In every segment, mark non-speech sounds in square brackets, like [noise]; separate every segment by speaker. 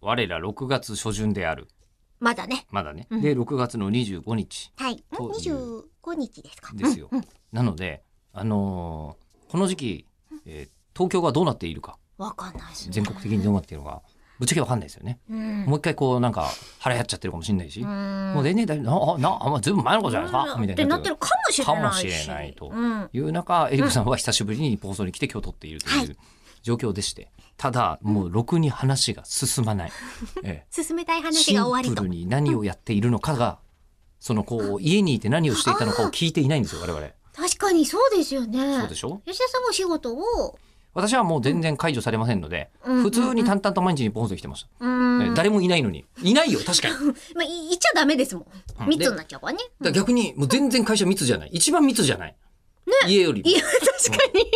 Speaker 1: 我ら6月初旬である。
Speaker 2: まだね。
Speaker 1: まだね。
Speaker 2: うん
Speaker 1: で、6月の25日
Speaker 2: はい。
Speaker 1: と
Speaker 2: 二
Speaker 1: いう
Speaker 2: 十五日ですか。
Speaker 1: ですよ。
Speaker 2: うんうん
Speaker 1: なので、あのーこの時期、えー東京がどうなっているか、
Speaker 2: わかんないですね。
Speaker 1: 全国的にどうなっているのか、ぶっちゃけわかんないですよね。
Speaker 2: うん。
Speaker 1: もう一回こう、なんか、腹やっちゃってるかもしれないし、
Speaker 2: うん
Speaker 1: もう例年だいぶ、な、あな、あまあ、ずいぶん前のことじゃないですか、みたいにな
Speaker 2: ってなってるかもしれないし。
Speaker 1: かもしれないと
Speaker 2: うん。
Speaker 1: いう中、エリコさんは久しぶりに放送に来て今日撮っていると
Speaker 2: は
Speaker 1: いう状況でして、ただ、もうろくに話が進ま
Speaker 2: [laughs]
Speaker 1: ない。え
Speaker 2: 進めたい
Speaker 1: え
Speaker 2: 話
Speaker 1: シ
Speaker 2: が終
Speaker 1: ン
Speaker 2: わり
Speaker 1: プ
Speaker 2: と
Speaker 1: ル。に何をやっているのかが、そのこう、家にいて何をしていたのかを聞いていないんですよ、我々。
Speaker 2: 確かにそうですよね。
Speaker 1: そうでしょ
Speaker 2: 吉田さんもお仕事を、
Speaker 1: 私はもう全然解除されませんので、
Speaker 2: うん
Speaker 1: 普通に淡々と毎日日本放送来てました。
Speaker 2: う
Speaker 1: え
Speaker 2: ん。
Speaker 1: 誰もいないのに。いないよ、確かに。だか
Speaker 2: まあ、い言っちゃダメですも
Speaker 1: うん
Speaker 2: ん。密になっちゃうからね。
Speaker 1: ら逆に、もう全然会社密じゃない。一番密じゃない。家よりも
Speaker 2: い。や、確かに。いや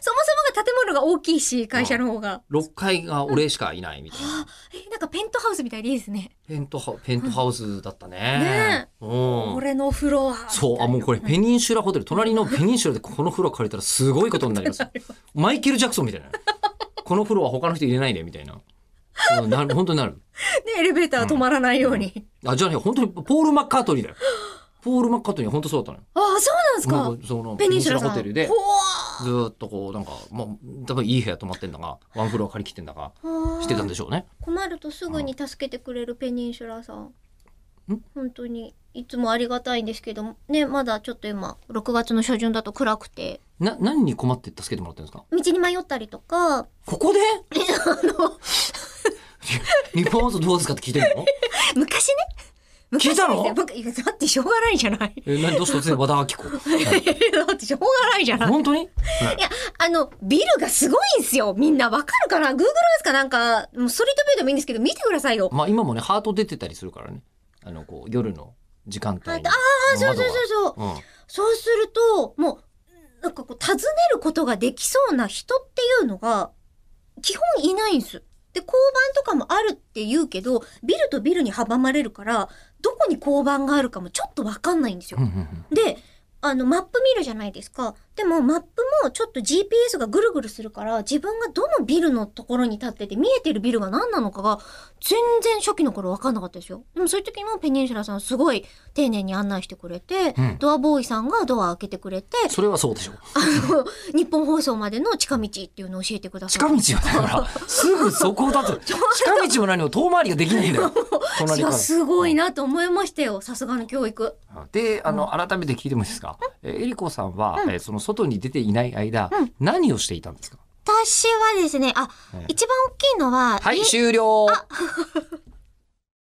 Speaker 2: そもそもが建物が大きいし、会社の方が。
Speaker 1: 6階が俺しかいないみたいな。
Speaker 2: え、なんかペントハウスみたいでいいですね。
Speaker 1: ペントハペントハウスだったね
Speaker 2: ね。
Speaker 1: うん
Speaker 2: 俺のフロア。
Speaker 1: そう、あ、もうこれペニンシュラホテル、隣のペニンシュラでこのフロア借りたらすごいことになり
Speaker 2: [laughs]
Speaker 1: ます。マイケル・ジャクソンみたいな。このフロア他の人入れないで、みたいな。うんなる、本当になる。
Speaker 2: ね、エレベーター止まらないように。
Speaker 1: あ、じゃあね、本当にポール・マッカートリーだよ。ポール・マッカートリーは本当そうだったのよ。
Speaker 2: あ、そうなんです
Speaker 1: な
Speaker 2: か
Speaker 1: ん。かそのペ
Speaker 2: ペ
Speaker 1: ニ
Speaker 2: ニ
Speaker 1: ン
Speaker 2: ン
Speaker 1: シ
Speaker 2: シ
Speaker 1: ュ
Speaker 2: ュ
Speaker 1: ラ
Speaker 2: ラ
Speaker 1: ホ
Speaker 2: さん
Speaker 1: テルで
Speaker 2: ほ、
Speaker 1: ずーっとこう、なんか、まあ、多分いい部屋泊まってんだが、ワンフロア借り切ってんだが、
Speaker 2: わ
Speaker 1: してたんでしょうね。
Speaker 2: 困るとすぐに助けてくれるペニンシュラさん
Speaker 1: ん。
Speaker 2: 本当にいつもありがたいんですけどねまだちょっと今6月の初旬だと暗くて
Speaker 1: な、何に困って助けてもらってるんですか
Speaker 2: 道に迷ったりとか
Speaker 1: ここで日本放送どうですかって聞いてるの
Speaker 2: 昔ね
Speaker 1: 聞いたの
Speaker 2: 昔ですよ僕だってしょうがないじゃない
Speaker 1: え何どうして突然和田アキ子。
Speaker 2: [laughs] だってしょうがないじゃない
Speaker 1: 本当に
Speaker 2: いや、あの、ビルがすごいんすよ。みんなわかるかな ?Google Earth かなんか、もうストリートビューでもいいんですけど、見てくださいよ。
Speaker 1: まあ今もね、ハート出てたりするからね。あの、こう、夜の時間帯に。
Speaker 2: ハートああ、そうそうそうそう。
Speaker 1: う。うん。
Speaker 2: そうすると、もう、なんかこう、尋ねることができそうな人っていうのが、基本いないんです。で、交番とかもあるって言うけど、ビルとビルに阻まれるから、どこに交番があるかもちょっとわかんないんですよ
Speaker 1: うん。うんうん
Speaker 2: で、あの、マップ見るじゃないですか。でも、マップもちょっと GPS がぐるぐるするから、自分がどのビルのところに立ってて、見えてるビルが何なのかが、全然初期の頃分かんなかったですよ。でも、そういう時もペニンシュラさんすごい丁寧に案内してくれて、
Speaker 1: うん
Speaker 2: ドアボーイさんがドア開けてくれて、
Speaker 1: それはそうでしょう。
Speaker 2: あの、日本放送までの近道っていうのを教えてくださ
Speaker 1: 近
Speaker 2: い。
Speaker 1: 道よ、だから。すぐそこ
Speaker 2: [laughs]
Speaker 1: だと。近道も何も遠回りができないんだよ。
Speaker 2: い
Speaker 1: 隣か
Speaker 2: や、
Speaker 1: ら。
Speaker 2: すごいなと思いましたよ。さすがの教育。
Speaker 1: で、あの、改めて聞いてもいいですか。え、えりこさんは、え、その外に出ていない間、何をしていたんですか
Speaker 2: 私はですね、あ、
Speaker 1: ええ
Speaker 2: 一番大きいのは、
Speaker 1: はい、
Speaker 2: 家
Speaker 1: 終了